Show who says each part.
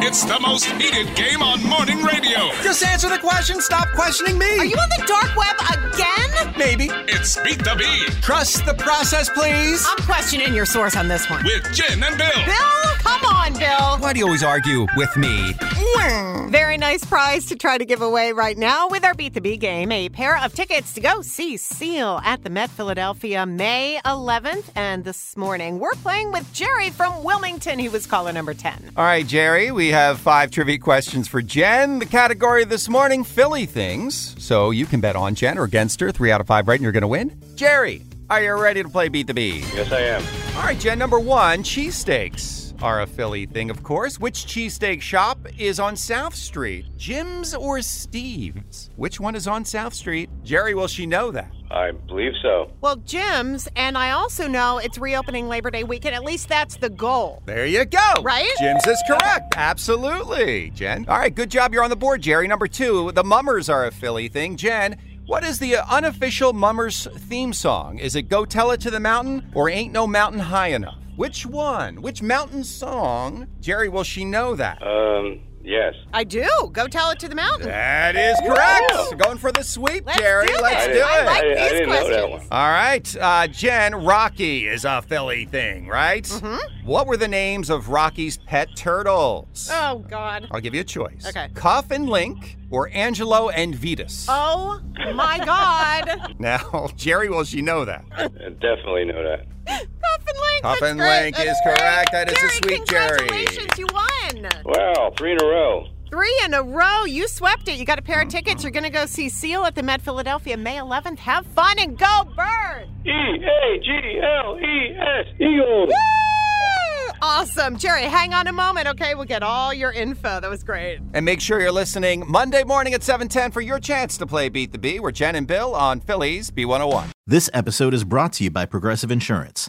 Speaker 1: It's the most heated game on morning radio.
Speaker 2: Just answer the question. Stop questioning me.
Speaker 3: Are you on the dark web again?
Speaker 2: Maybe.
Speaker 1: It's Beat the Bee
Speaker 2: Trust the process, please.
Speaker 3: I'm questioning your source on this one.
Speaker 1: with Jen and Bill.
Speaker 3: Bill, come on, Bill.
Speaker 2: Why do you always argue with me?
Speaker 3: Very nice prize to try to give away right now with our Beat the Bee game. A pair of tickets to go see Seal at the Met Philadelphia May 11th. And this morning, we're playing with Jerry from Wilmington. He was caller number 10.
Speaker 2: All right, Jerry, we have five trivia questions for Jen. The category this morning, Philly things. So you can bet on Jen or against her. Three out of five right, and you're going to win. Jerry, are you ready to play Beat the Bee?
Speaker 4: Yes, I am.
Speaker 2: All right, Jen, number one, cheesesteaks are a Philly thing, of course. Which cheesesteak shop is on South Street? Jim's or Steve's? Which one is on South Street? Jerry, will she know that?
Speaker 4: I believe so.
Speaker 3: Well, Jim's, and I also know it's reopening Labor Day weekend. At least that's the goal.
Speaker 2: There you go.
Speaker 3: Right?
Speaker 2: Jim's is correct. Absolutely, Jen. All right, good job. You're on the board, Jerry. Number two, the Mummers are a Philly thing. Jen, what is the unofficial Mummers theme song? Is it Go Tell It to the Mountain or Ain't No Mountain High Enough? Which one? Which mountain song? Jerry, will she know that?
Speaker 4: Um, yes.
Speaker 3: I do. Go tell it to the mountain.
Speaker 2: that is correct. Going for the sweep,
Speaker 3: Let's
Speaker 2: Jerry.
Speaker 3: do
Speaker 2: Let's
Speaker 3: it.
Speaker 2: do it.
Speaker 3: I like
Speaker 4: I, I
Speaker 3: these
Speaker 4: didn't know that
Speaker 3: questions.
Speaker 4: one.
Speaker 2: All right, uh, Jen, Rocky is a Philly thing, right? Mm-hmm. What were the names of Rocky's pet turtles?
Speaker 3: Oh, God.
Speaker 2: I'll give you a choice.
Speaker 3: Okay.
Speaker 2: Cuff and Link or Angelo and Vetus.
Speaker 3: Oh, my God.
Speaker 2: Now, Jerry, will she know that?
Speaker 4: I definitely know that.
Speaker 3: Puff and Link.
Speaker 2: Puff
Speaker 3: that's
Speaker 2: and
Speaker 3: great.
Speaker 2: Link
Speaker 3: That's
Speaker 2: is
Speaker 3: great.
Speaker 2: correct. That is a
Speaker 3: Jerry,
Speaker 2: sweet Jerry.
Speaker 3: congratulations. You won.
Speaker 4: Wow, three in a row.
Speaker 3: Three in a row. You swept it. You got a pair of tickets. You're going to go see Seal at the Met Philadelphia May 11th. Have fun and go bird.
Speaker 4: E A G L E S Eagles.
Speaker 3: Awesome. Jerry, hang on a moment, okay? We'll get all your info. That was great.
Speaker 2: And make sure you're listening Monday morning at 7:10 for your chance to play Beat the Bee. We're Jen and Bill on Phillies B101.
Speaker 5: This episode is brought to you by Progressive Insurance.